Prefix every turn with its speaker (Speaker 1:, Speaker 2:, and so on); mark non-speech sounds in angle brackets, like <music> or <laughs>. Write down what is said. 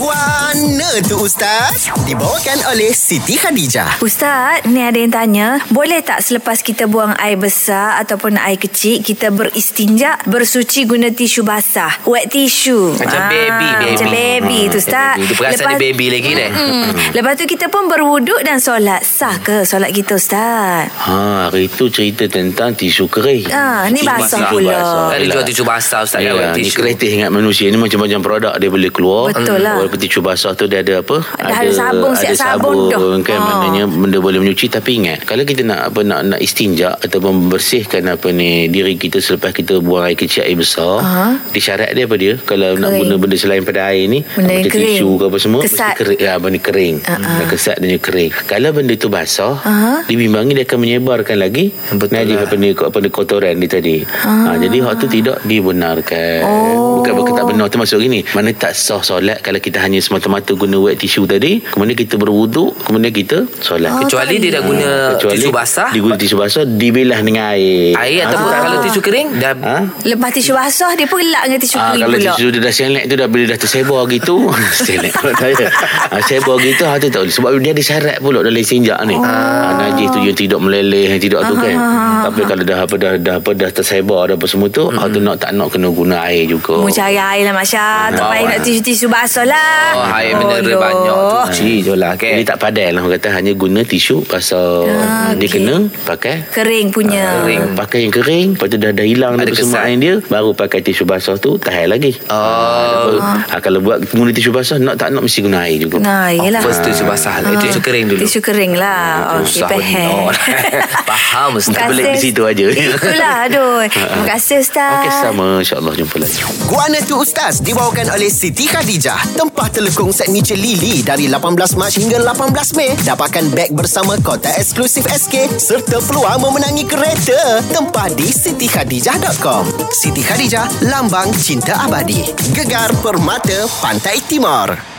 Speaker 1: Guana tu Ustaz Dibawakan oleh Siti Khadijah
Speaker 2: Ustaz, ni ada yang tanya, boleh tak selepas kita buang air besar ataupun air kecil, kita beristinja, bersuci guna tisu basah, wet tisu. Ah,
Speaker 3: Macam baby, baby.
Speaker 2: Macam baby tu Ustaz.
Speaker 3: Itu perasaan dia baby Hmm. lagi dah.
Speaker 2: Mm-mm. Lepas tu kita pun berwuduk dan solat. Sah ke solat kita Ustaz?
Speaker 4: Ha, hari tu cerita tentang tisu kering.
Speaker 2: Ah, ni
Speaker 4: Tisu
Speaker 2: basah
Speaker 4: basah.
Speaker 2: pula.
Speaker 4: Basah.
Speaker 3: Kan dia
Speaker 4: Yelah.
Speaker 3: jual tisu basah Ustaz kan wet
Speaker 4: Yalah, ni
Speaker 3: tisu.
Speaker 4: kreatif ingat manusia ni macam-macam produk dia boleh keluar.
Speaker 2: Betul lah.
Speaker 4: Walaupun tisu basah tu dia ada apa?
Speaker 2: Ada- ada sabun, siap
Speaker 4: ada
Speaker 2: sabun
Speaker 4: sabun,
Speaker 2: dah.
Speaker 4: kan
Speaker 2: Ha.
Speaker 4: maknanya benda boleh menyuci tapi ingat kalau kita nak apa nak nak istinja atau membersihkan apa ni diri kita selepas kita buang air kecil air besar,
Speaker 2: Aha.
Speaker 4: dia syarat dia apa dia? Kalau nak
Speaker 2: Kering.
Speaker 4: guna benda selain pada air ni,
Speaker 2: Benda yang
Speaker 4: macam
Speaker 2: kering.
Speaker 4: tisu ke apa semua, mesti
Speaker 2: Kesat.
Speaker 4: kering. Ya, benda kering.
Speaker 2: Ha-ha.
Speaker 4: Dan Kesat dan dia kering. Kalau benda tu basah,
Speaker 2: Aha.
Speaker 4: dibimbangi dia akan menyebarkan lagi
Speaker 3: Betul
Speaker 4: najis
Speaker 3: lah.
Speaker 4: apa ni apa ni kotoran ni tadi. Ha, jadi hak tu tidak dibenarkan.
Speaker 2: Oh.
Speaker 4: Bukan bukan tak benar tu masuk gini. Mana tak sah solat kalau kita hanya semata-mata guna wet tissue tadi, kemudian kita berwuduk, kemudian kita solat.
Speaker 3: Kecuali dia dah guna tisu basah.
Speaker 4: Dia guna tisu basah dibilah dengan air.
Speaker 3: Air
Speaker 4: Ha,
Speaker 3: ataupun
Speaker 2: Ah.
Speaker 3: kalau tisu kering dah
Speaker 4: Ha?
Speaker 2: Lepas tisu basah, dia pun gelap dengan tisu
Speaker 4: Ah,
Speaker 2: kering
Speaker 4: kalau
Speaker 2: pula.
Speaker 4: tisu dia dah selek tu dah bila dah tersebar gitu <laughs> selek pula saya ah, sebar gitu ah, tu tak boleh sebab dia ada syarat pula dalam sinjak ni oh. ah, najis tu yang tidak meleleh yang tidak tu kan tapi kalau dah apa dah dah apa dah tersebar dah apa semua tu ah,
Speaker 2: Hmm.
Speaker 4: tu nak tak nak kena guna air juga
Speaker 2: Mu cari air lah Masya Tak
Speaker 3: Bawah.
Speaker 2: payah nak tisu-tisu basah lah
Speaker 3: oh, air bendera
Speaker 2: Aduh.
Speaker 3: banyak
Speaker 4: Ah,
Speaker 3: cuci je lah kan.
Speaker 4: Jadi tak padan lah orang kata hanya guna tisu pasal
Speaker 2: Ah,
Speaker 4: dia
Speaker 2: okey. Hmm.
Speaker 4: kena pakai
Speaker 2: Kering punya
Speaker 3: Ah, Kering.
Speaker 4: pakai yang kering lepas tu dah dah hilang
Speaker 3: Ada
Speaker 4: dah semua
Speaker 3: kesan.
Speaker 4: air dia baru pakai tisu basah tu tahan lagi
Speaker 3: Oh.
Speaker 4: ha, kalau buat guna tisu basah nak tak nak mesti guna air juga
Speaker 2: Nah Ah, yelah
Speaker 3: First tisu basah lah. Tisu kering
Speaker 2: Ah.
Speaker 3: dulu. Ah,
Speaker 2: Tisu kering lah Okey
Speaker 3: Susah <laughs>
Speaker 2: faham
Speaker 3: benar.
Speaker 2: Terima
Speaker 3: Faham Ustaz.
Speaker 4: Boleh
Speaker 2: kasih.
Speaker 4: di situ aja.
Speaker 2: Itulah
Speaker 3: <laughs>
Speaker 2: aduh Terima kasih Ustaz
Speaker 4: Okey sama insya-Allah jumpa lagi.
Speaker 1: Guana tu Ustaz Dibawakan oleh Siti Khadijah Tempah telekung signature Lili Dari 18 Mac hingga 18 Mei Dapatkan beg bersama kota eksklusif SK Serta peluang memenangi kereta Tempah di sitikhadijah.com Siti Khadijah Lambang Cinta Abadi Gegar Permata Pantai Timur